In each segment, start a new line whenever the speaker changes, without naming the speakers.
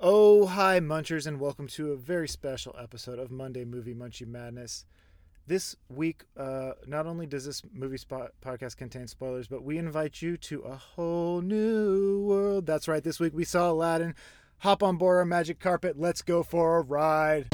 Oh, hi, Munchers, and welcome to a very special episode of Monday Movie Munchie Madness. This week, uh, not only does this movie spot podcast contain spoilers, but we invite you to a whole new world. That's right, this week we saw Aladdin. Hop on board our magic carpet. Let's go for a ride.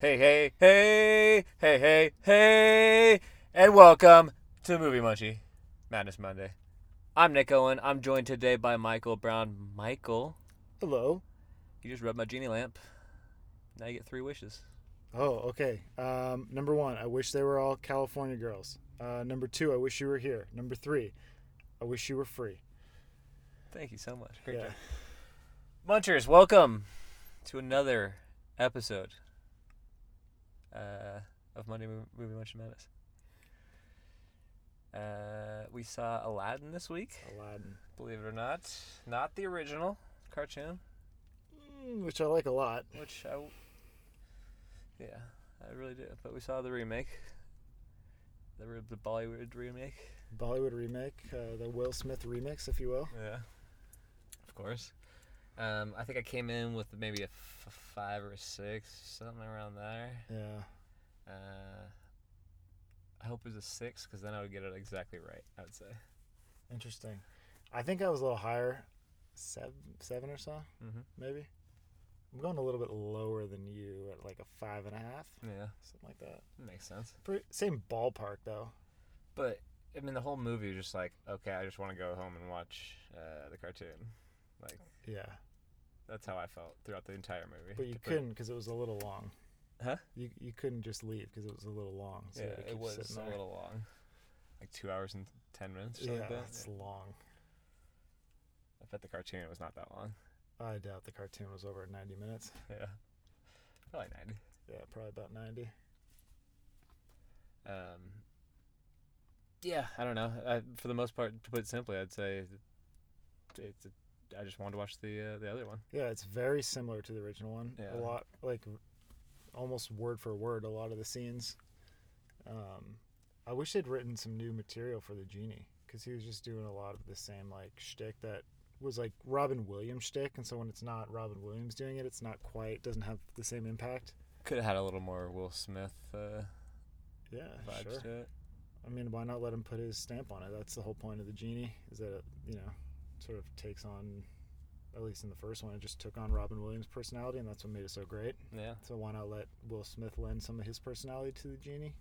Hey, hey, hey, hey, hey, hey, and welcome to Movie Munchie Madness Monday. I'm Nick Owen. I'm joined today by Michael Brown. Michael,
Hello.
you just rubbed my genie lamp. Now you get three wishes.
Oh, okay. Um, number one, I wish they were all California girls. Uh, number two, I wish you were here. Number three, I wish you were free.
Thank you so much. Great
Yeah.
job. Munchers, welcome to another episode uh, of Monday Mo- Movie Munchie Madness. Uh, we saw Aladdin this week.
Aladdin,
Believe it or not, not the original cartoon.
Mm, which I like a lot.
which I, w- yeah, I really did. But we saw the remake, the re- the Bollywood remake.
Bollywood remake, uh, the Will Smith remix, if you will.
Yeah, of course. Um, I think I came in with maybe a f- five or a six, something around there.
Yeah.
Uh, I hope it was a six, because then I would get it exactly right. I would say.
Interesting. I think I was a little higher, seven, seven or so,
Mm-hmm.
maybe. I'm going a little bit lower than you at like a five and a half,
Yeah,
something like that.
makes sense.
Pretty, same ballpark though.
But I mean, the whole movie was just like, okay, I just want to go home and watch uh, the cartoon. Like
Yeah,
that's how I felt throughout the entire movie.
but you
to put it
couldn't because it was a little long.
Huh?
You you couldn't just leave because it was a little long. So you had to
yeah, it
keep
was
sitting
a
there.
little long, like two hours and ten minutes or something.
Yeah,
like that.
it's long.
I bet the cartoon was not that long.
I doubt the cartoon was over at 90 minutes.
Yeah, probably ninety.
Yeah, probably about 90.
Um, yeah, I don't know. I, for the most part, to put it simply, I'd say that it's. A, I just wanted to watch the uh, the other one.
Yeah, it's very similar to the original one.
Yeah.
A lot, like almost word for word, a lot of the scenes. Um, I wish they'd written some new material for the genie because he was just doing a lot of the same like shtick that was like Robin Williams shtick, and so when it's not Robin Williams doing it, it's not quite doesn't have the same impact.
Could have had a little more Will Smith uh,
Yeah,
vibes
sure.
to it.
I mean, why not let him put his stamp on it? That's the whole point of the genie is that it, you know, sort of takes on, at least in the first one, it just took on Robin Williams' personality, and that's what made it so great.
Yeah,
So why not let Will Smith lend some of his personality to the genie?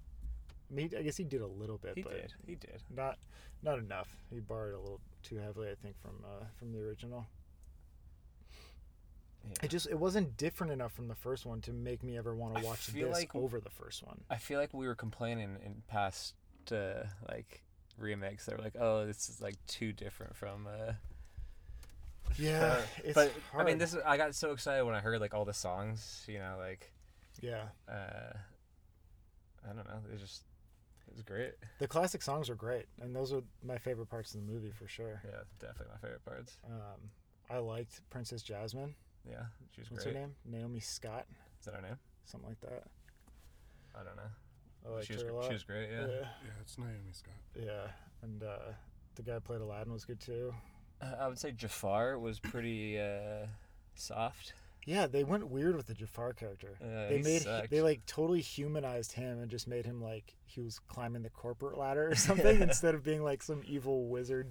I mean, he- I guess he did a little bit,
he
but
did. He did.
not not enough. He borrowed a little too heavily, I think, from uh, from the original.
Yeah.
It just it wasn't different enough from the first one to make me ever want
I
to watch
feel
this
like-
over the first one.
I feel like we were complaining in past uh, like remakes. They were like, "Oh, this is like too different from." Uh,
Yeah,
Uh,
it's
but
hard.
I mean, this is, I got so excited when I heard like all the songs. You know, like
yeah,
uh, I don't know, it just it was great.
the classic songs are great, and those are my favorite parts of the movie for sure.
Yeah, definitely my favorite parts.
Um, I liked Princess Jasmine.
Yeah, she was
What's
great.
her name? Naomi Scott,
Is that her name?
something like that.
I don't know.
I liked
she was
her a
gr-
lot.
she was great. Yeah.
yeah.
Yeah, it's Naomi Scott.
Yeah, and uh, the guy who played Aladdin was good too.
Uh, I would say Jafar was pretty uh, soft.
Yeah, they went weird with the Jafar character.
Uh,
they
he
made
sucked.
they like totally humanized him and just made him like he was climbing the corporate ladder or something instead of being like some evil wizard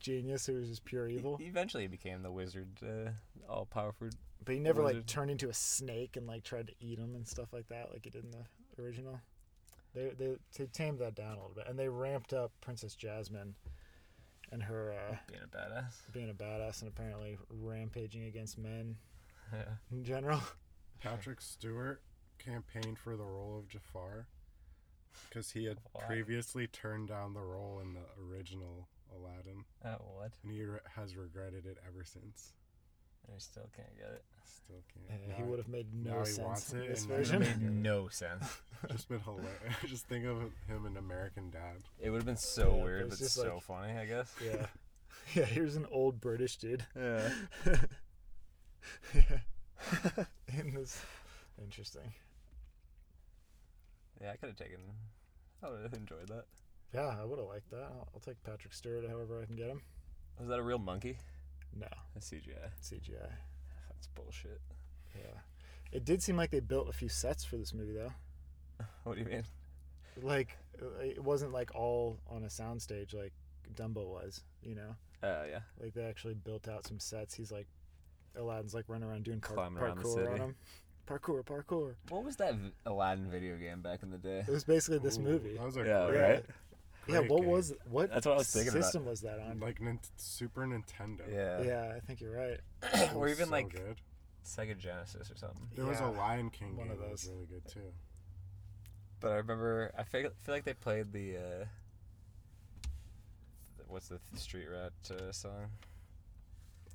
genius who was just pure
He-
evil.
he eventually became the wizard, uh, all powerful.
But he never like
wizard.
turned into a snake and like tried to eat him and stuff like that like he did in the original. They they, they tamed that down a little bit and they ramped up Princess Jasmine and her uh,
Being a badass.
being a badass and apparently rampaging against men
Yeah.
in general.
Patrick Stewart campaigned for the role of Jafar because he had
Why?
previously turned down the role in the original Aladdin,
Oh, what?
and he re- has regretted it ever since.
I still can't get it.
Still
Yeah,
can't.
he
now
would have made no
now he
sense
wants
in
it
this
and now he
version.
doesn't.
Made no sense.
it's just been hilarious. just think of him in American Dad.
It would have been so
Yeah,
weird,
it's
but
just
so
like-
funny, I guess.
yeah. Yeah, here's an old British dude.
Yeah.
yeah. In this, interesting.
Yeah, I could have taken. I would have enjoyed that.
Yeah, I would have liked that. I'll, I'll take Patrick Stewart however I can get him.
Was that a real monkey?
No,
That's CGI.
CGI.
That's bullshit.
Yeah. It did seem like they built a few sets for this movie though.
What do you mean?
Like uh, it wasn't like all on a soundstage like Dumbo was, you know.
Uh, yeah.
Like they actually built out some sets. He's like Aladdin's like running around doing par-
Climbing around the
parkour on
city.
him. Parkour, parkour.
What was that v- Aladdin video game back in the day?
It was basically this
Ooh,
movie.
That was a
Yeah,
great,
right?
Yeah,
great
what
game.
was what
That's what I was thinking about.
system was that on?
like Nin- Super Nintendo?
Yeah.
Yeah, I think you're right.
It
or
was
even
so
like
good.
Sega Genesis or something.
there was a
Yeah.
Lion King
one
game
of
that was
those.
really good too.
But I remember, I feel, feel like they played the, uh, what's the th- Street Rat uh, song?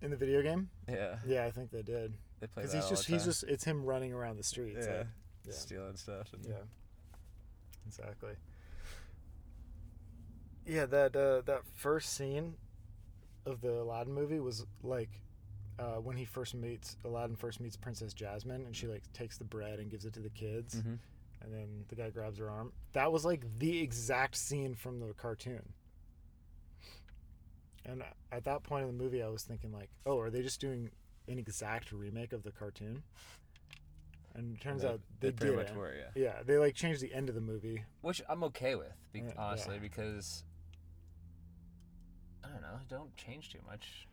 In the video game?
Yeah,
Yeah, I think they did.
they played
Because
that
he's
all
just
the time.
he's just it's him running around the streets.
Yeah.
like, yeah.
stealing stuff. And
Yeah. Exactly. Yeah, that uh, that first scene of the Aladdin movie was like uh, when he first meets Aladdin first meets Princess Jasmine and she like takes the bread and gives it to the kids
Mhm.
and then the guy grabs her arm. That was like the exact scene from the cartoon. And at that point in the movie I was thinking like, "Oh, are they just doing an exact remake of the cartoon?" And it turns
They-
out
they,
they,
pretty
did
much
it.
were, yeah.
Yeah, they like changed the end of the movie.
Which I'm okay with, be-
Yeah,
honestly,
yeah.
because I don't know, don't change too much.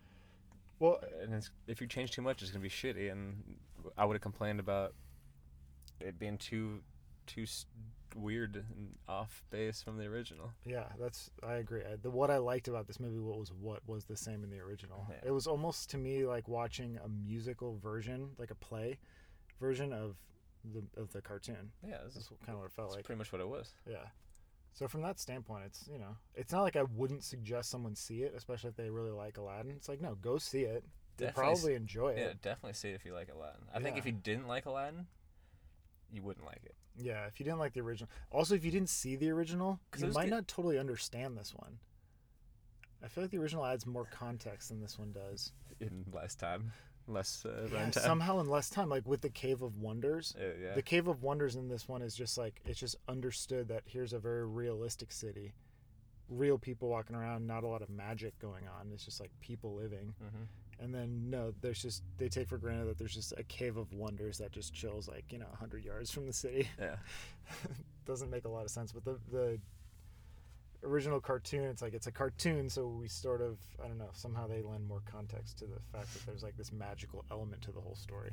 Well,
And it's, if you change too much, it's gonna be shitty. And I would have complained about it being too, too s- weird and off base from the original.
yeah, that's I agree. I, the what I liked about this movie was what was the same in the original.
Yeah.
It was almost to me like watching a musical version, like a play version of the of the cartoon.
Yeah, this
That's
is
kind of what it felt
that's
like.
pretty much what it was.
Yeah. So from that standpoint, it's you know, it's not like I wouldn't suggest someone see it, especially if they really like Aladdin. It's like no, go see it. They
Definitely s-
probably enjoy
Yeah,
it.
definitely see it if you like Aladdin. I think if
Yeah.
you didn't like Aladdin, you wouldn't like it.
Yeah, if you didn't like the original. Also, if you didn't see the original,
'Cause it
you
was
might
ki-
not totally understand this one. I feel like the original adds more context than this one does.
In less time, less uh,
Yeah,
runtime.
somehow in less time, like with the Cave of Wonders.
Uh, yeah.
The Cave of Wonders in this one is just like it's just understood that here's a very realistic city. Real people walking around, not a lot of magic going on. It's just like people living.
Mhm.
And then no, there's just they take for granted that there's just a cave of wonders that just chills like, you know, 100 yards from the city.
Yeah.
doesn't make a lot of sense. But the the original cartoon, it's like it's a cartoon, so we sort of I don't know somehow they lend more context to the fact that there's like this magical element to the whole story.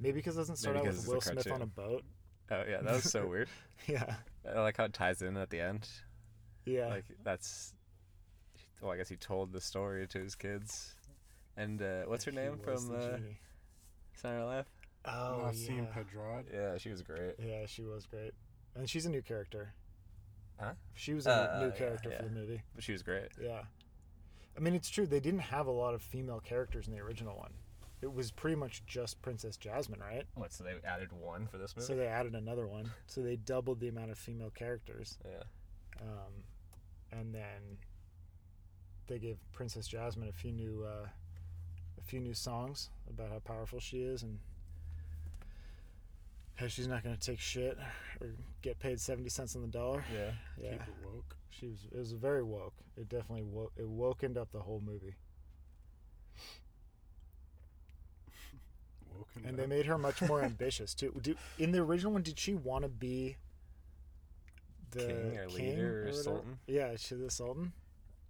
Maybe because it doesn't start
Maybe
out
'cause
with
it's a
Will Smith on
cartoon.
a boat.
Oh yeah, that was so weird.
Yeah,
I like how it ties in at the end.
yeah,
Like that's, well, I guess he told the story to his kids. And uh, what's her
He
name
was
from
the
uh,
genie.
Saturday Night Live?
Oh yeah,
Nassim Pedrad.
Yeah, she was great.
yeah, she was great, and she's a new character.
Huh?
She was a
Uh,
new
yeah,
character
yeah.
for the movie.
But she was great.
Yeah. I mean, it's true. They didn't have a lot of female characters in the original one. It was pretty much just Princess Jasmine, right?
What? So they added one for this movie?
So they added another one. So they doubled the amount of female characters.
yeah.
Um, and then they gave Princess Jasmine a few new uh, a few new songs about how powerful she is and how she's not going to take shit or get paid 70 cents on the dollar.
Yeah.
Yeah.
Keep it woke.
She was it was very woke. It definitely woke it wokened up the whole movie.
Woken
And
up.
they made her much more ambitious too. Do, in the original one did she want to be the
King or leader or
whatever?
sultan?
Yeah, is she the sultan?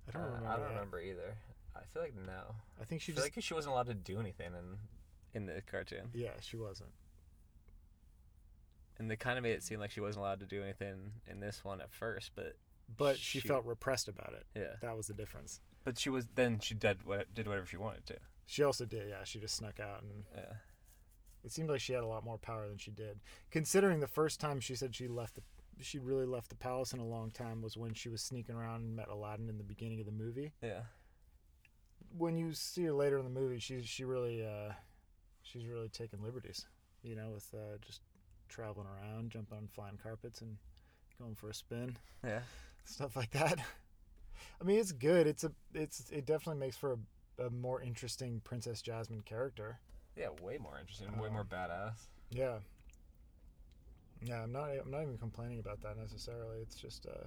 I don't
Uh,
remember.
I don't
that.
remember either. I feel like no.
I think she
I feel
just
like she wasn't allowed to do anything in in the cartoon.
Yeah, she wasn't.
And they kind of made it seem like she wasn't allowed to do anything in this one at first, but
But she,
She-
felt repressed about it.
yeah.
That was the difference.
But she was then she did what did whatever she wanted to.
She also did, yeah, she just snuck out and
Yeah.
it seemed like she had a lot more power than she did. Considering the first time she said she left the she really left the palace in a long time was when she was sneaking around and met Aladdin in the beginning of the movie.
Yeah.
when you see her later in the movie, she's she really uh, she's really taking liberties, you know, with uh, just traveling around, jumping on flying carpets, and going for a spin,
Yeah.
stuff like that. I mean, it's good. It's a it's it definitely makes for a, a more interesting Princess Jasmine character.
Yeah, way more interesting, way
Uh-huh.
more badass.
Yeah. Yeah, I'm not I'm not even complaining about that necessarily. It's just uh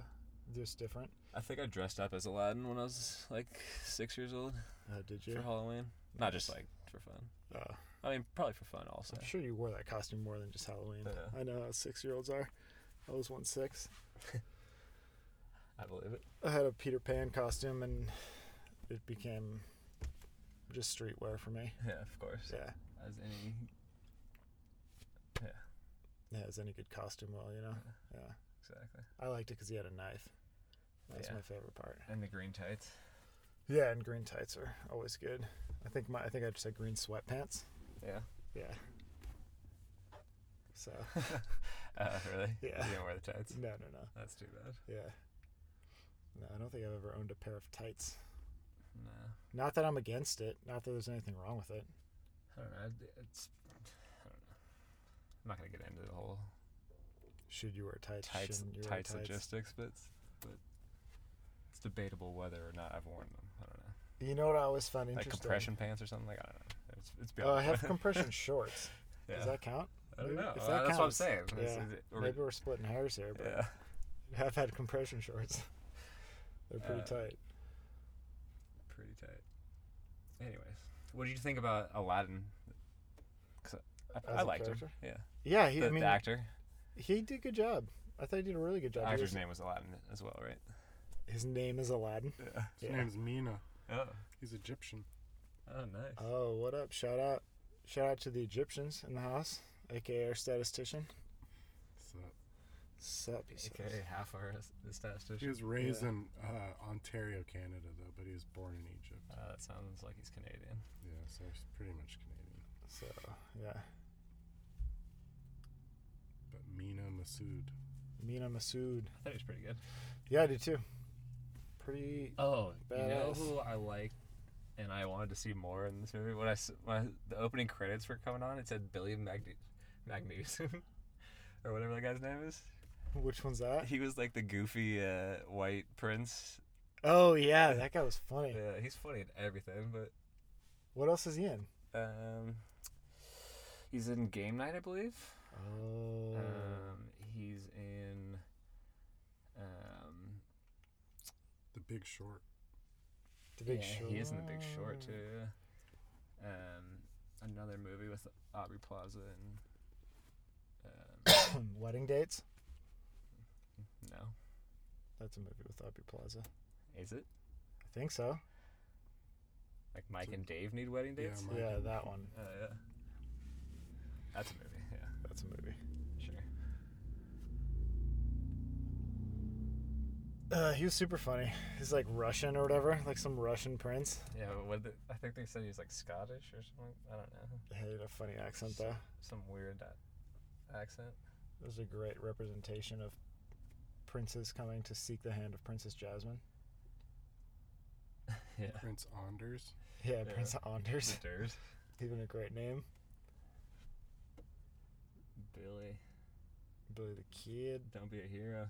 just different.
I think I dressed up as Aladdin when I was like six years old
Uh, did you?
for Halloween. Not just like for fun.
Uh,
I mean, probably for fun also.
I'm sure you wore that costume more than just Halloween.
Yeah.
I know how six year olds are. I was one six.
I believe it.
I had a Peter Pan costume and it became just streetwear for me.
Yeah, of course.
Yeah.
As any. Yeah,
Yeah, it was any good costume well, you know? Yeah.
exactly.
I liked it because he had a knife. That's
Yeah.
my favorite part.
And the green tights.
Yeah, and green tights are always good. I think my I think I just had green sweatpants.
Yeah.
Yeah. So
Uh, really?
Yeah.
You don't wear the tights.
no no no.
That's too bad.
Yeah. No, I don't think I've ever owned a pair of tights.
No,
Not that I'm against it. Not that there's anything wrong with it.
I don't know. It's. I don't know. I'm not gonna get into the whole
Should you wear tights?
tights
Shouldn't you wear
tights logistics, but it's- but it's debatable whether or not I've worn them. I don't know.
You know what I always found
Like
interesting?
compression pants or something. Like I don't know. It's it's beyond.
Oh, I have compression shorts.
yeah.
Does that count?
I don't
Maybe-
know.
if
Uh,
that
that's what I'm
counts,
saying. It's-
yeah.
is it- or-
Maybe we're splitting hairs here, but
yeah.
I have had compression shorts. They're pretty
Uh,
tight.
Pretty tight. Anyways, what did you think about Aladdin? 'Cause I, I
As a
liked him.
character?
Yeah.
Yeah, he,
The,
I mean,
the actor.
he did a good job. I thought he did a really good
The
job. He
actor's
was-
name was Aladdin as well, right?
His name is Aladdin.
Yeah.
His
Yeah.
name's Mina.
Oh.
He's Egyptian.
Oh, nice.
Oh, what up? Shout out, shout out to the Egyptians in the house, aka our statistician.
So
Sup, you
AKA half our the
he
statistician.
was raised in uh, Ontario, Canada, though, but he was born in Egypt.
Uh, that sounds like he's Canadian.
Yeah, so he's pretty much Canadian.
So yeah,
But Mina Masood.
Mina Masood.
I thought he was pretty good.
Yeah, I did too. Pretty.
Oh, you know
Badass.
who I liked, and I wanted to see more in this movie. When I s- when I- the opening credits were coming on, it said Billy Magne- Magnuson, or whatever the guy's name is.
Which one's that?
He was like the goofy uh, white prince.
Oh yeah, that guy was funny.
Yeah, he's funny in everything, but
What else is he in?
um, he's in Game Night, I believe.
Oh,
Um, he's in. Um,
The Big Short.
The Big
yeah,
Short.
He is in The Big Short too. yeah. Um, another movie with Aubrey Plaza and um,
Wedding dates.
no,
That's a movie with Aubrey Plaza.
is it
I think so.
like Mike
It's a-
and Dave need wedding
Yeah,
dates?
Mike
yeah,
and-
that one.
Oh yeah, that's a movie. Yeah,
That's a movie.
sure.
Uh, he was super funny. He's like Russian or whatever, like some Russian prince.
Yeah, but what the, I think they said he was like Scottish or something. I don't know,
had a funny accent though.
some weird uh, accent.
It was a great representation of princes coming to seek the hand of Princess Jasmine.
yeah,
Prince Anders.
Yeah,
Yeah.
Prince Anders,
sisters.
even a great name.
Billy,
Billy the Kid.
don't be a hero.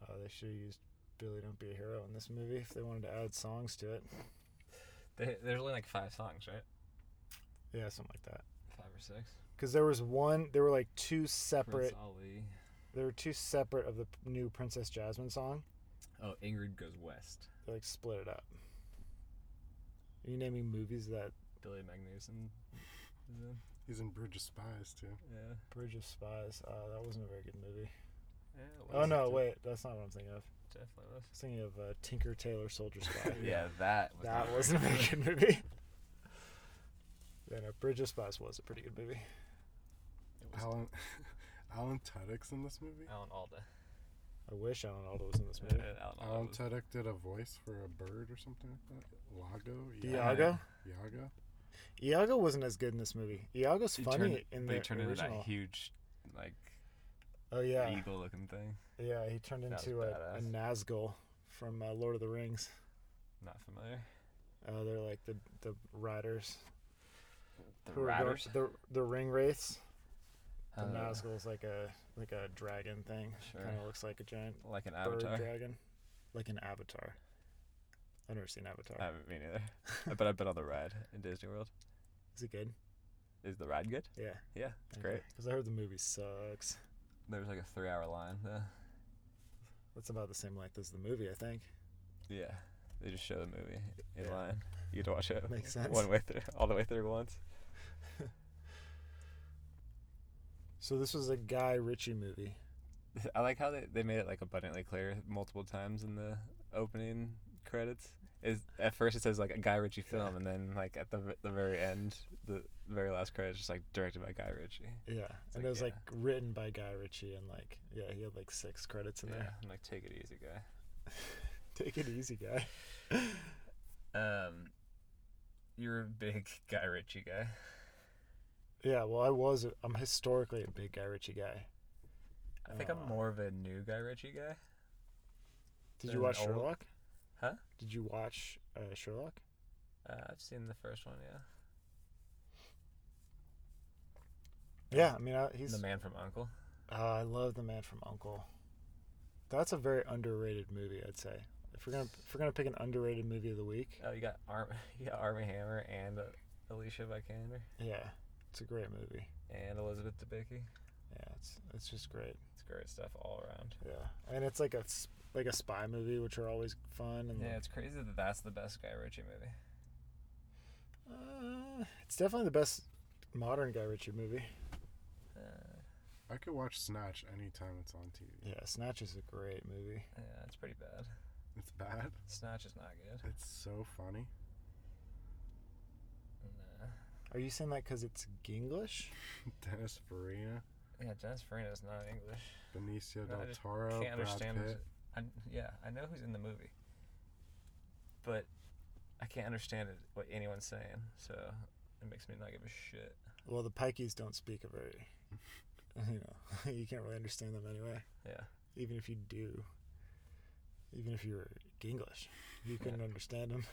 Uh, they should have used Billy Don't Be a Hero in this movie if they wanted to add songs to it.
They, there's only like five songs, right?
Yeah, something like that.
Five or six.
Because there was one, there were like two
Prince
separate,
Ali.
there were two separate of the p- new Princess Jasmine song.
Oh, Ingrid goes west.
They like split it up. Are you naming movies that
Billy Magnuson. is in.
He's in Bridge of Spies, too.
Yeah.
Bridge of Spies? Uh, that wasn't a very good movie.
yeah
Oh no, wait, that's not what I'm thinking of.
Definitely was.
I was thinking of uh, Tinker Tailor Soldier Spy.
Yeah, that was.
that was a pretty good movie. yeah, no, Bridge of Spies was a pretty good movie.
Alan, Alan Tudyk's in this movie.
Alan Alda.
I wish Alan Alda was in this movie.
Alan
Alan
was-
Tudyk did a voice for a bird or something like that. Lago.
Yeah.
Iago?
Yaga.
Iago wasn't as good in this movie. Iago's
He
funny
turned-
in
but
the
he turned into
original.
that huge, like
oh yeah,
eagle-looking thing.
yeah. He turned
That was
into a, a
badass.
Nazgul from uh, Lord of the Rings.
Not familiar.
Uh, they're like the the riders.
The
who are going-
Ratters.
The the ring wraiths. The
Uh,
Nazgul's like a like a dragon thing.
Sure.
Kind of looks like a giant
Like an
bird
avatar.
dragon. like an Avatar. I've never seen Avatar.
I haven't been either. but I've been on the ride in Disney World.
Is it good?
Is the ride good?
Yeah,
Yeah, it's great.
Because I heard the movie sucks.
There was like a three hour line. Uh,
That's about the same length as the movie, I think.
yeah. They just show the movie in
Yeah.
line. You get to watch it
Makes sense.
one way through, all the way through once.
So this was a Guy Ritchie movie.
I like how they, they made it like abundantly clear multiple times in the opening credits. Is at first it says like a Guy Ritchie film, and then like at the the very end, the very last credit is just like directed by Guy Ritchie.
Yeah, and
like,
it was
yeah.
like written by Guy Ritchie, and like yeah, he had like six credits in
Yeah,
there.
I'm like take it easy, guy.
Take it easy, guy.
Um, you're a big Guy Ritchie guy.
Yeah, well, I was. I'm historically a big Guy Ritchie guy.
I think
Uh,
I'm more of a new Guy Ritchie guy.
Did
Then
you watch
old-
Sherlock?
Huh?
Did you watch uh, Sherlock?
Uh, I've seen the first one, yeah.
Yeah, I mean, I, he's.
the Man from Uncle.
Uh, I love The Man from Uncle. That's a very underrated movie, I'd say. If we're gonna if we're gonna pick an underrated movie of the week,
Oh, you got Arm, you got Army Hammer and uh, Alicia Vikander
yeah, it's a great movie.
and Elizabeth Debicki.
Yeah, it's it's just great.
It's great stuff all around.
Yeah, and it's like a s- like a spy movie, which are always fun. And
Yeah, it's crazy that that's the best Guy Ritchie movie.
uh, it's definitely the best modern Guy Ritchie movie.
Uh,
I could watch Snatch anytime it's on TV.
Yeah, Snatch is a great movie.
yeah, it's pretty bad.
It's bad.
Snatch is not good.
It's so funny.
Nah.
Are you saying that because it's Ginglish?
Dennis Farina,
Yeah, Dennis Farina is not English.
Benicio
No, I
del
just
Toro,
Can't
Brad
understand. Who's,
Pitt.
I, yeah, I know who's in the movie, but I can't understand it, what anyone's saying. So it makes me not give a shit.
Well, the Pikeys don't speak a very, you know, you can't really understand them anyway.
Yeah.
Even if you do, even if you were English, you couldn't understand them.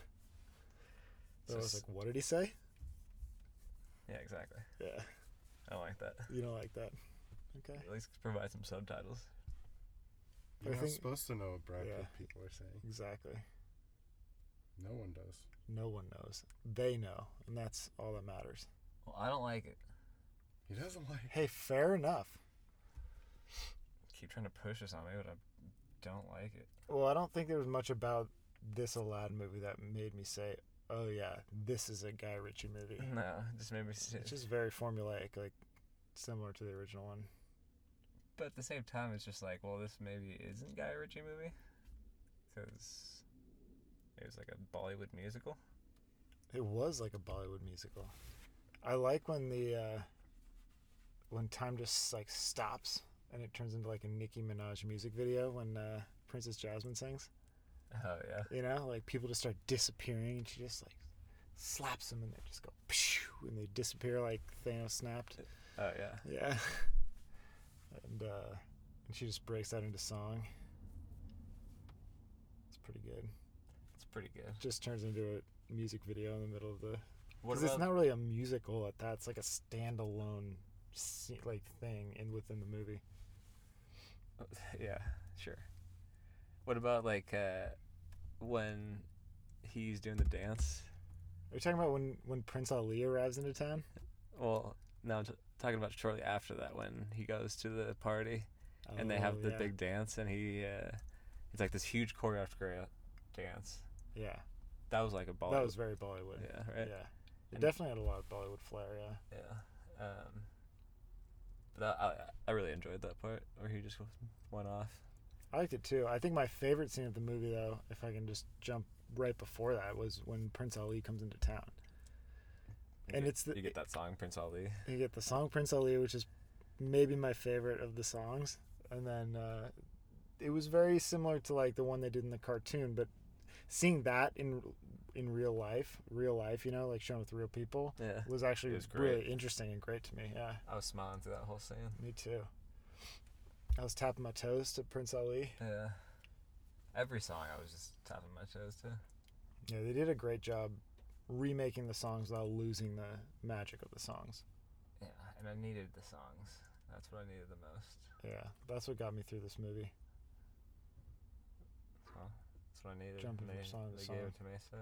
So I was
Just-
like, what did he say?
Yeah, exactly.
Yeah,
I don't like that.
you don't like that. Okay.
At least provide some subtitles.
I
You're not
think-
supposed to know what Brad
Yeah.
Pitt people are saying.
Exactly.
No one does.
No one knows. They know, and that's all that matters.
Well, I don't like it.
He doesn't like.
Hey, fair enough.
Keep trying to push this on me, but I don't like it.
Well, I don't think there was much about this Aladdin movie that made me say, "Oh yeah, this is a Guy Ritchie movie."
No, it just made me. Sit.
It's just very formulaic, like similar to the original one.
But at the same time, it's just like, well, this maybe isn't Guy Ritchie movie, because it was like a Bollywood musical.
It was like a Bollywood musical. I like when the uh, when time just like stops and it turns into like a Nicki Minaj music video when uh, Princess Jasmine sings.
Oh yeah.
You know, like people just start disappearing and she just like slaps them and they just go pshoo, and they disappear like Thanos snapped.
Oh yeah.
Yeah. and uh, and she just breaks out into song. It's pretty good.
It's pretty good.
Just turns into a music video in the middle of the
What
Because
about
it's not really a musical at that. It's like a standalone se- like thing in within the movie.
yeah, sure. What about like uh, when he's doing the dance?
Are you talking about when when Prince Ali arrives into town?
Well, no, I'm t- talking about shortly after that when he goes to the party and they have
Oh,
the
yeah.
big dance and he uh, it's like this huge choreographed dance.
yeah.
That was like a Bollywood.
That was very Bollywood.
yeah,
Yeah,
right.
it
And-
definitely had a lot of Bollywood flair. Yeah,
Yeah. Um, but that, I I really enjoyed that part where he just went off.
I liked it too. I think my favorite scene of the movie, though, if I can just jump right before that, was when Prince Ali comes into town.
You
And
get-
it's the-
you get that song Prince Ali.
You get the song Prince Ali, which is maybe my favorite of the songs. And then uh, it was very similar to like the one they did in the cartoon, but seeing that in in real life, real life, you know, like shown with real people,
Yeah.
was actually
It was great.
really interesting and great to me. Yeah,
I was smiling through that whole scene.
me too. I was tapping my toes to Prince Ali.
Yeah. Every song I was just tapping my toes to.
Yeah, they did a great job remaking the songs without losing the magic of the songs.
Yeah, and I needed the songs. That's what I needed the most.
Yeah, that's what got me through this movie.
So That's what I needed.
Jumping
and
from
they,
song to
they
song.
gave it to me. So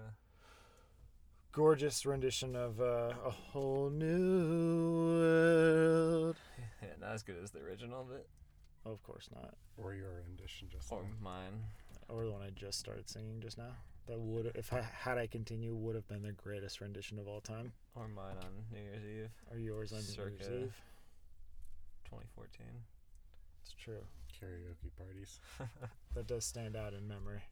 Gorgeous rendition of uh, a whole new world. Oh,
yeah, not as good as the original, but
Of course not.
Or your rendition just
or
then.
mine.
Or the one I just started singing just now. That would, if I had I continue, would have been the greatest rendition of all time.
Or mine on New Year's Eve,
Or yours on New
Circa.
Year's Eve.
2014.
It's true.
karaoke parties.
That does stand out in memory.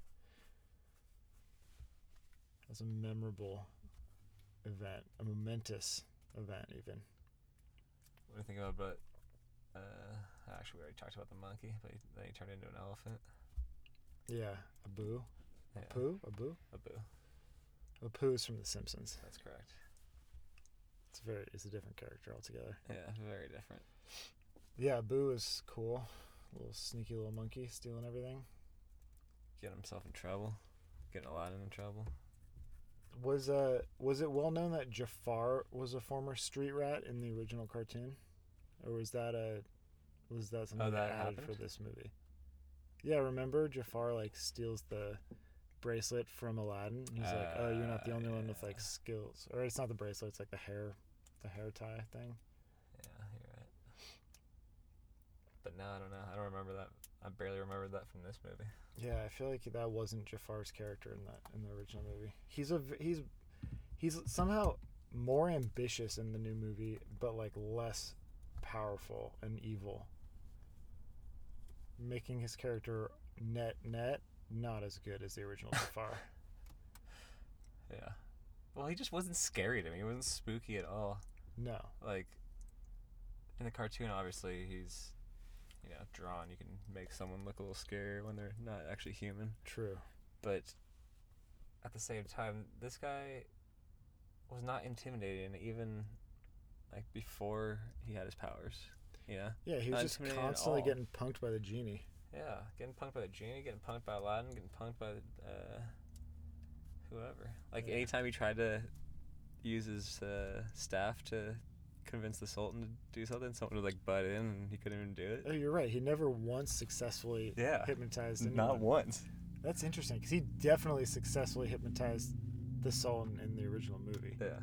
That's a memorable event, a momentous event, even.
What do you think about? But uh, actually, we already talked about the monkey, but he, then he turned into an elephant.
Yeah, a boo,
Yeah,
a poo, a boo,
a boo.
a poo is from The Simpsons.
That's correct.
It's very, it's a different character altogether.
Yeah, very different.
Yeah, boo is cool. Little sneaky little monkey stealing everything.
Getting himself in trouble. Getting a lot in trouble.
Was uh was it well known that Jafar was a former street rat in the original cartoon, or was that a was that something
Oh, that
added
happened?
for this movie? Yeah, remember Jafar like steals the bracelet from Aladdin. He's like, oh, you're not the
Uh,
only one with like
yeah.
skills, or it's not the bracelet, it's like the hair, the hair tie thing.
Yeah, you're right. But now I don't know. I don't remember that. I barely remembered that from this movie.
Yeah, I feel like that wasn't Jafar's character in that in the original movie. He's a v- he's he's somehow more ambitious in the new movie, but like less powerful and evil, making his character net net not as good as the original Jafar.
Yeah. Well, he just wasn't scary to me. He wasn't spooky at all.
No,
Like in the cartoon, obviously he's, you know, drawn. You can make someone look a little scary when they're not actually human.
true.
But at the same time, this guy was not intimidating even like before he had his powers. You know.
Yeah, he was
Not
just
intimidating at
constantly
all.
getting punked by the genie.
Yeah, getting punked by the genie, getting punked by Aladdin, getting punked by uh, whoever. Like
Yeah.
anytime he tried to use his uh, staff to convince the Sultan to do something, someone would like butt in, and he couldn't even do it.
Oh, you're right. He never once successfully
Yeah,
hypnotized anyone.
not once.
That's interesting because he definitely successfully hypnotized the Sultan in the original movie
Yeah.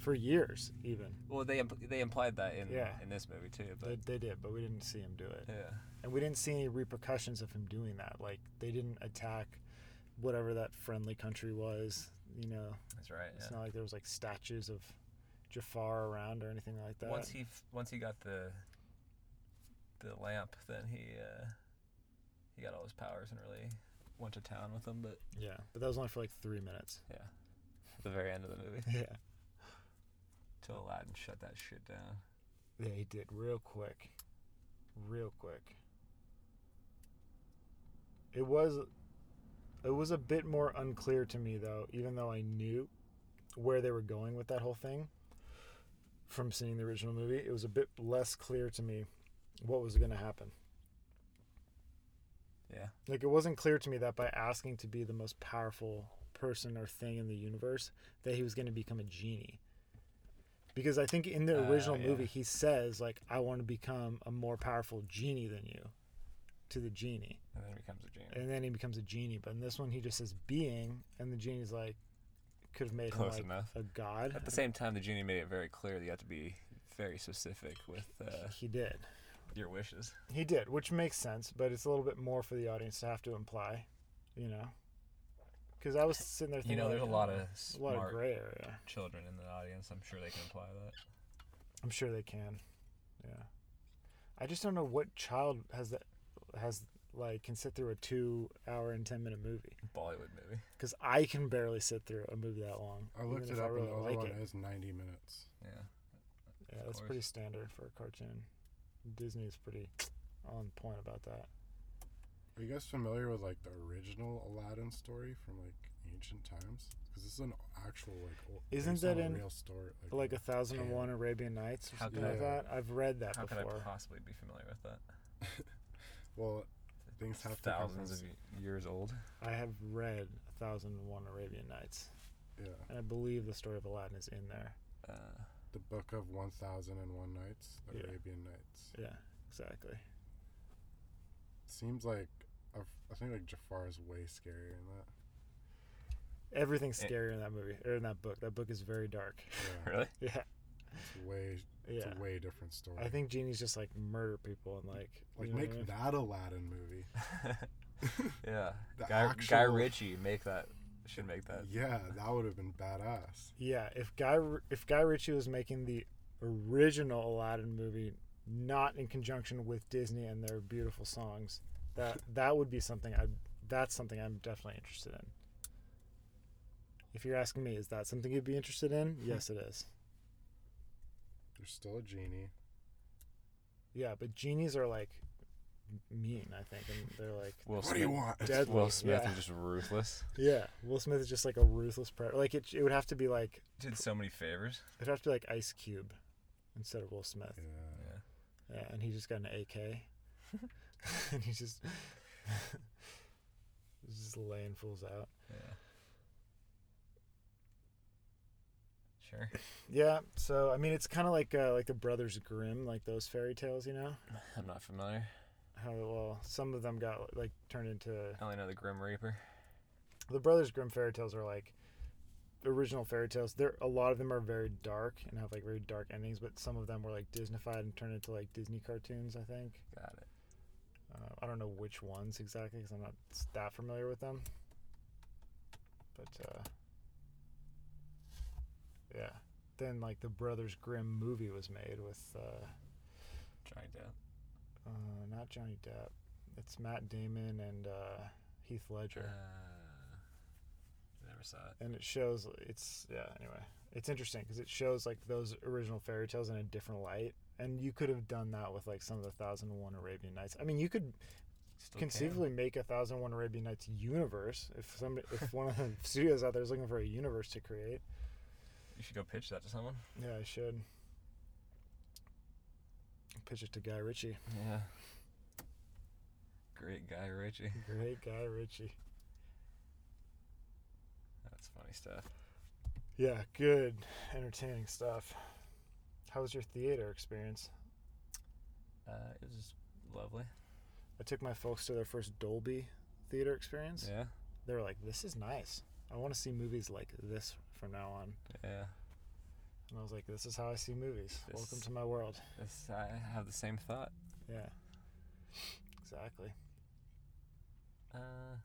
for years, even.
Well, they impl- they implied that in
Yeah.
in this movie too,
They,
but
they did, but we didn't see him do it,
yeah,
and we didn't see any repercussions of him doing that. Like they didn't attack whatever that friendly country was. You know,
that's right.
it's not like there was like statues of Jafar around or anything like that.
Once he f- once he got the the lamp, then he uh, he got all his powers and really went to town with them. But
yeah, but that was only for like three minutes.
yeah, at the very end of the movie.
Yeah,
till Aladdin shut that shit down.
yeah, he did real quick, real quick. It was, it was a bit more unclear to me though, even though I knew where they were going with that whole thing from seeing the original movie. It was a bit less clear to me what was going to happen.
Yeah.
Like it wasn't clear to me that by asking to be the most powerful person or thing in the universe, that he was going to become a genie. Because I think in the
Ah,
original
yeah.
movie he says like I want to become a more powerful genie than you to the genie.
And then it becomes a genie.
And then he becomes a genie, but in this one he just says being and the genie's like could have made him
Close
like
enough.
a god.
At the same time, the genie made it very clear that you have to be very specific with uh,
he did.
your wishes.
He did, which makes sense, but it's a little bit more for the audience to have to imply, you know. Cuz I was sitting there
You
thinking
know, there's a
like, uh,
lot of
a lot of
smart
gray area.
children in the audience. I'm sure they can apply that.
I'm sure they can. Yeah. I just don't know what child has that has like can sit through a two hour and ten minute movie
Bollywood movie.
because I can barely sit through a movie that long.
I
even
looked
if
it up and the other
like
one
it.
is 90 minutes.
Yeah.
Yeah, that's
course.
pretty standard for a cartoon. Disney's pretty on point about that.
Are you guys familiar with like the original Aladdin story from like ancient times? Because this is an actual like old,
Isn't
based on
that
a
in,
real story?
Like a thousand and
Damn.
one Arabian Nights or
How
something
could
like
I-
that. I've read that
How could I
before.
possibly be familiar with that?
well, things have to come
Thousands
from-
of years old.
I have read a thousand and one Arabian Nights,
yeah,
and I believe the story of Aladdin is in there.
Uh,
the Book of One Thousand and One Nights, the
Yeah.
Arabian Nights.
Yeah, exactly.
Seems like i I think like Jafar is way scarier than that.
Everything's
Eh.
scarier in that movie or in that book. That book is very dark.
Yeah,
Yeah,
Really?
it's way, it's
yeah.
a way different story.
I think genies just like murder people and like
like
you know what I
make
mean?
that Aladdin movie.
yeah.
The
Guy, Guy
actual-
Ritchie make that should make that.
Yeah, that would have been badass.
Yeah, if Guy if Guy Ritchie was making the original Aladdin movie, not in conjunction with Disney and their beautiful songs, that that would be something I. That's something I'm definitely interested in. If you're asking me, is that something you'd be interested in? Yes, it is.
There's still a genie.
Yeah, but genies are like mean. I think, and they're like
Will
What do you want?
deadly.
Will Smith
Yeah.
is just ruthless.
yeah, Will Smith is just like a ruthless predator. Like it, it would have to be like
Did so many favors.
it'd have to be like Ice Cube instead of Will Smith.
Yeah.
Yeah, and he just got an AK. and he just he's just laying fools out.
Yeah. Sure.
Yeah, so I mean, it's kind of like uh, like the Brothers Grimm, like those fairy tales, you know?
I'm not familiar.
How well some of them got like turned into
I only know the Grim Reaper.
the Brothers Grimm fairy tales are like original fairy tales. There a lot of them are very dark and have like very dark endings, but some of them were like Disneyfied and turned into like Disney cartoons. I think
Got it.
uh, I don't know which ones exactly because I'm not s- that familiar with them. But uh, yeah, then like the Brothers Grimm movie was made with uh,
Johnny Depp.
uh, not Johnny Depp. It's Matt Damon and uh, Heath Ledger.
Uh, never saw it.
and it shows it's yeah anyway it's interesting because it shows like those original fairy tales in a different light and you could have done that with like some of the thousand and one arabian nights i mean you could
Still can.
conceivably make a thousand and one arabian nights universe if some if one of the studios out there is looking for a universe to create
You should go pitch that to someone.
yeah i should pitch it to guy ritchie
Yeah. Great guy Ritchie.
great guy ritchie
That's funny stuff.
yeah good entertaining stuff how was your theater experience
Uh, it was lovely.
i took my folks to their first dolby theater experience
Yeah.
they were like, "This is nice. I want to see movies like this from now on."
Yeah.
And I was like, "This is how I see movies.
This-
Welcome to my world."
This, I have the same thought.
Yeah, exactly.
Uh,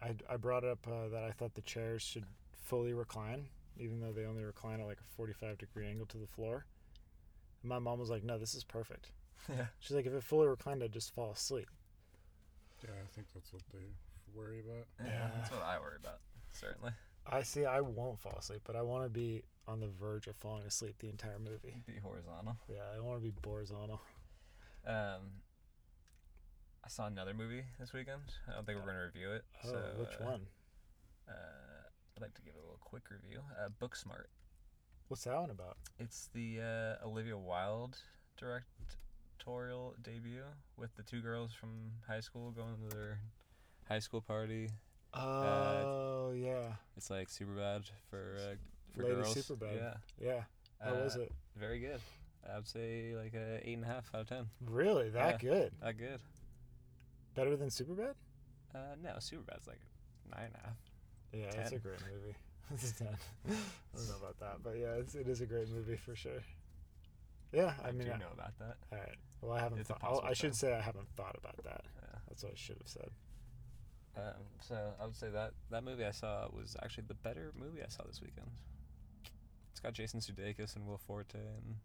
I, I brought up uh, that I thought the chairs should fully recline, even though they only recline at like a 45 degree angle to the floor. And my mom was like, "No, this is perfect."
yeah.
She's like, "If it fully reclined, I'd just fall asleep."
Yeah, I think that's what they worry about.
Yeah. That's what I worry about. Certainly.
I see. I won't fall asleep, but I want to be on the verge of falling asleep the entire movie.
Be horizontal.
Yeah, I want to be horizontal.
Um, I saw another movie this weekend. I don't think we're going to review it.
Oh,
so,
which
uh,
one?
Uh, I'd like to give it a little quick review. Uh, Booksmart.
What's that one about?
It's the uh, Olivia Wilde directorial debut with the two girls from high school going to their high school party.
Oh yeah,
It's like super bad for uh, for
Lady
girls.
Superbad.
Yeah.
yeah. How was
Uh,
it?
Very good. I would say like a eight and a half out of ten.
Really that
yeah.
good?
Not good.
Better than Superbad?
Uh, no, Superbad's like nine and a half.
Yeah, it's a
Ten.
great movie. it's ten. I don't know about that, but yeah, it's, it is a great movie for sure. Yeah, I,
I,
mean,
do
I-
know about that.
all right. Well, I haven't.
It's a
Thought, I'll-
possible
I should
film.
say I haven't thought about that.
Yeah.
That's what I should have said.
Um, so I would say that that movie I saw was actually the better movie I saw this weekend. It's got Jason Sudeikis and Will Forte, and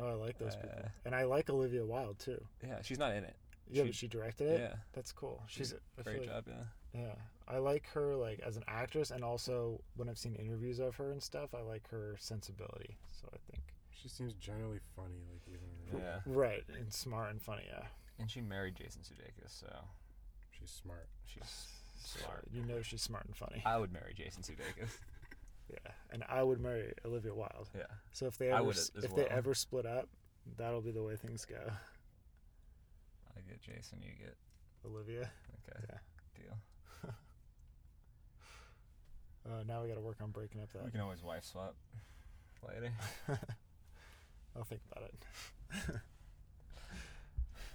Oh, I like those people,
Uh,
and I like Olivia Wilde too.
yeah, she's not in it.
Yeah,
she-
but she directed it.
yeah.
that's cool. She's I feel
Great
like-
job, yeah.
Yeah, I like her like as an actress, and also when I've seen interviews of her and stuff, I like her sensibility. So I think
She seems generally funny, like even in real
Yeah,
Right, and smart and funny, yeah.
and she married Jason Sudeikis, so
She's smart.
she's smart.
You know she's smart and funny.
I would marry Jason Sudeikis.
Yeah, and I would marry Olivia Wilde.
Yeah,
So if they
I
ever
would
s-
as
if they
well.
ever split up, that'll be the way things go.
I get Jason, you get
Olivia.
okay.
Yeah.
Deal.
Uh, now we got to work on breaking up that.
We can always wife swap later.
I'll think about it.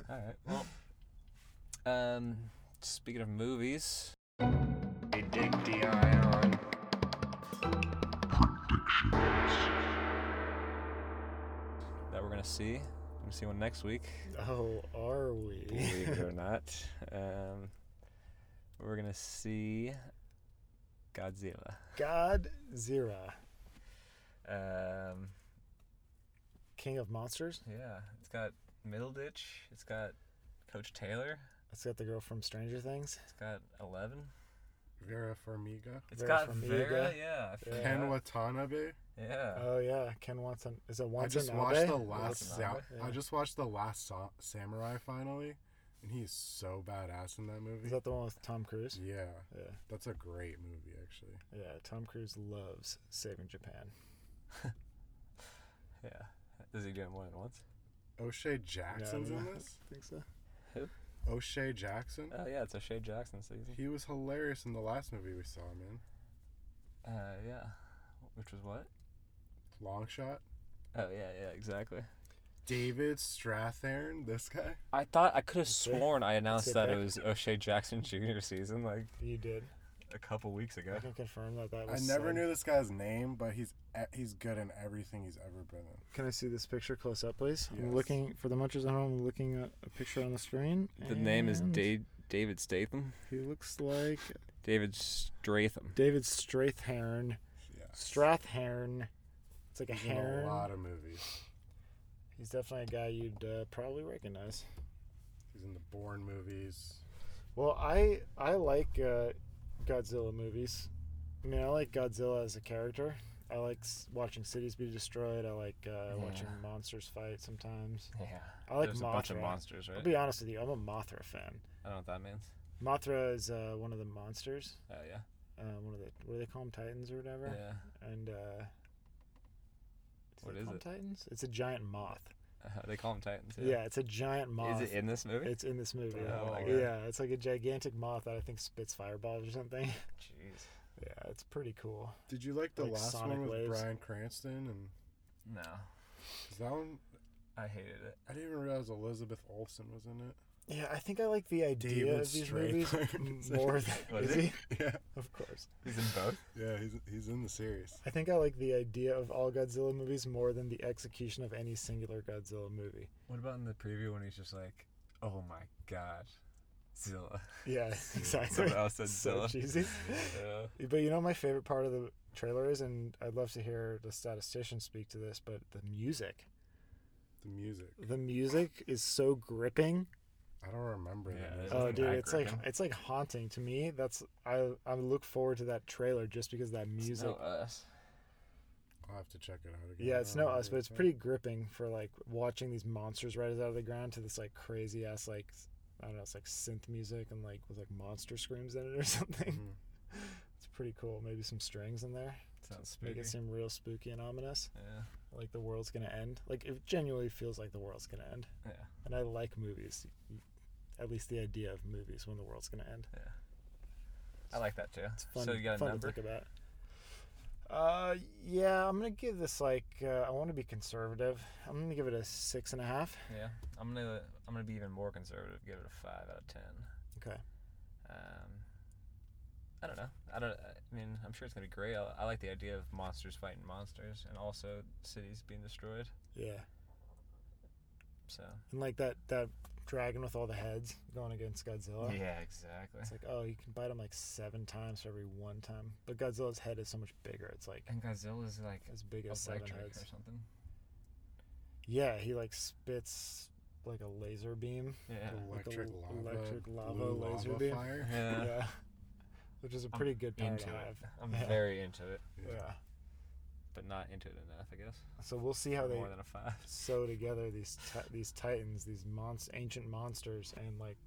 All right. Well, um, speaking of movies,
It
Prediction. That we're gonna see. We're gonna see one next week.
Oh, are we?
Believe it or not, um, we're gonna see Godzilla.
God Zira,
Um,
King of Monsters.
yeah, it's got Middleditch. It's got Coach Taylor.
That's got the girl from Stranger Things.
It's got Eleven.
Vera Farmiga.
It's
Vera
got
Farmiga.
Vera. Yeah. I
Yeah.
Ken
forgot.
Watanabe.
Yeah.
Oh yeah, Ken Watson. Is it
I
Watson?
just watched the last.
Watanabe?
Sa-
Yeah.
I just watched the last Sa- Samurai finally, and he's so badass in that movie.
Is that the one with Tom Cruise?
yeah,
Yeah,
that's a great movie actually.
yeah. Tom Cruise loves saving Japan.
Yeah. Does he do it more than once?
O'Shea Jackson's in
know.
this.
think so.
O'Shea Jackson.
Oh yeah, it's a Shea Jackson season.
He was hilarious in the last movie we saw him in.
Uh, yeah. Which was what?
Long shot.
Oh yeah, yeah, exactly.
David Strathairn. This guy.
I thought I could have
it.
sworn I announced
it,
that it
babe.
was O'Shea Jackson Jr. season like
You did.
a couple weeks ago.
I can confirm that that
I
was.
never
said.
knew this guy's name, but he's e- he's good in everything he's ever been in.
Can I see this picture close up, please? I'm
Yes.
looking for the munchers at home. I'm looking at a picture on the screen.
The name is
and
Dave, David Statham.
He looks like
David Stratham.
David Strathairn.
Yeah.
Strathairn. It's like a
He's in a
heron.
lot of movies.
He's definitely a guy you'd uh, probably recognize.
He's in the Bourne movies.
Well, I I like uh, Godzilla movies. I mean, I like Godzilla as a character. I like s- watching cities be destroyed. I like uh, watching
Yeah.
monsters fight sometimes.
Yeah.
I like
There's a bunch of
Mothra.
monsters, right?
I'll be honest with you. I'm a Mothra fan.
I don't know what that means.
Mothra is uh, one of the monsters.
Oh yeah.
Uh, one of the what do they call them? Titans or whatever.
Yeah.
And uh, do
What
they
is
call 'em
it?
Titans? It's a giant moth.
Uh, they call them Titans.
Yeah, it's a giant moth.
Is it in this movie?
It's in this movie.
Oh, my God.
yeah, it's like a gigantic moth that I think spits fireballs or something.
Jeez.
Yeah, it's pretty cool.
Did you like the
Like
last
sonic
one with
waves.
Brian Cranston? And
No,
'cause that one,
I hated it.
I didn't even realize Elizabeth Olsen was in it.
Yeah, I think I like the idea
David
of these
Strathern
movies
is
m- more than
Was
is
he?
he?
Yeah,
Of course.
He's in both.
yeah, he's he's in the series.
I think I like the idea of all Godzilla movies more than the execution of any singular Godzilla movie.
What about in the preview when he's just like, "Oh my God, Zilla."
Yeah,
Hmm.
exactly.
Someone else said
so
Zilla.
cheesy.
Uh,
But you know, my favorite part of the trailer is, and I'd love to hear the statistician speak to this, but the music.
The music,
The music is so gripping.
I don't remember
Yeah,
that.
it
Oh,
Isn't
dude,
that
it's like
gripping?
it's like haunting to me. That's I I look forward to that trailer just because of that music.
No us.
I'll have to check it out again.
yeah,
I
it's
don't
no us,
remember
but
it,
it's pretty gripping for like watching these monsters rise out of the ground to this like crazy ass like s- I don't know, it's like synth music and like with like monster screams in it or something.
Mm-hmm.
Mhm.
It's pretty cool. Maybe some strings in there.
Sounds
Make
spooky.
it seem real spooky and ominous.
Yeah,
Like the world's gonna end. Like it genuinely feels like the world's gonna end.
yeah,
And I like movies. At least the idea of movies when the world's gonna end.
yeah. I like that too.
It's fun,
so you got a
fun
number?
to think about. Uh, yeah, I'm gonna give this like uh, I want to be conservative. I'm gonna give it a six and a half.
Yeah, I'm gonna I'm gonna be even more conservative. Give it a five out of ten.
Okay.
Um, I don't know. I don't. I mean, I'm sure it's gonna be great. I, I like the idea of monsters fighting monsters, and also cities being destroyed.
Yeah,
So.
and like that that dragon with all the heads going against Godzilla.
Yeah, exactly.
It's like oh, you can bite him like seven times for every one time, but Godzilla's head is so much bigger. It's like
And Godzilla's like
as big as seven
electric or
heads.
something.
Yeah, he like spits like a laser beam.
Yeah.
Like the
Mm-hmm. Electric
l- electric
lava,
lava
blue
laser
lava
beam.
fire.
Yeah.
yeah, which is a
I'm
pretty good power
into
to
it.
have.
I'm
Yeah.
very into it,
Yeah.
but not into it enough, I guess.
So we'll see how they
More than a five.
sew together these ti- these titans, these mons- ancient monsters, and like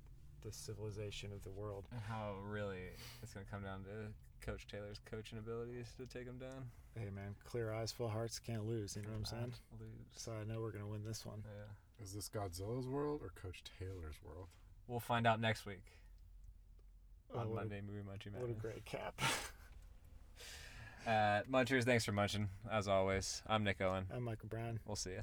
the civilization of the world.
And how really it's gonna come down to Coach Taylor's coaching abilities to take him down.
Hey man, clear eyes, full hearts, can't lose. You know what I'm
Not
saying?
Uh, Lose.
So I know we're gonna win this one.
Yeah.
Is this Godzilla's world or Coach Taylor's world?
We'll find out next week
Oh,
on
what,
Monday Movie Munchie
a, what a
Madness.
great cap!
Uh, munchers, thanks for munching as always. I'm Nick Owen.
I'm Michael Brown.
We'll see you.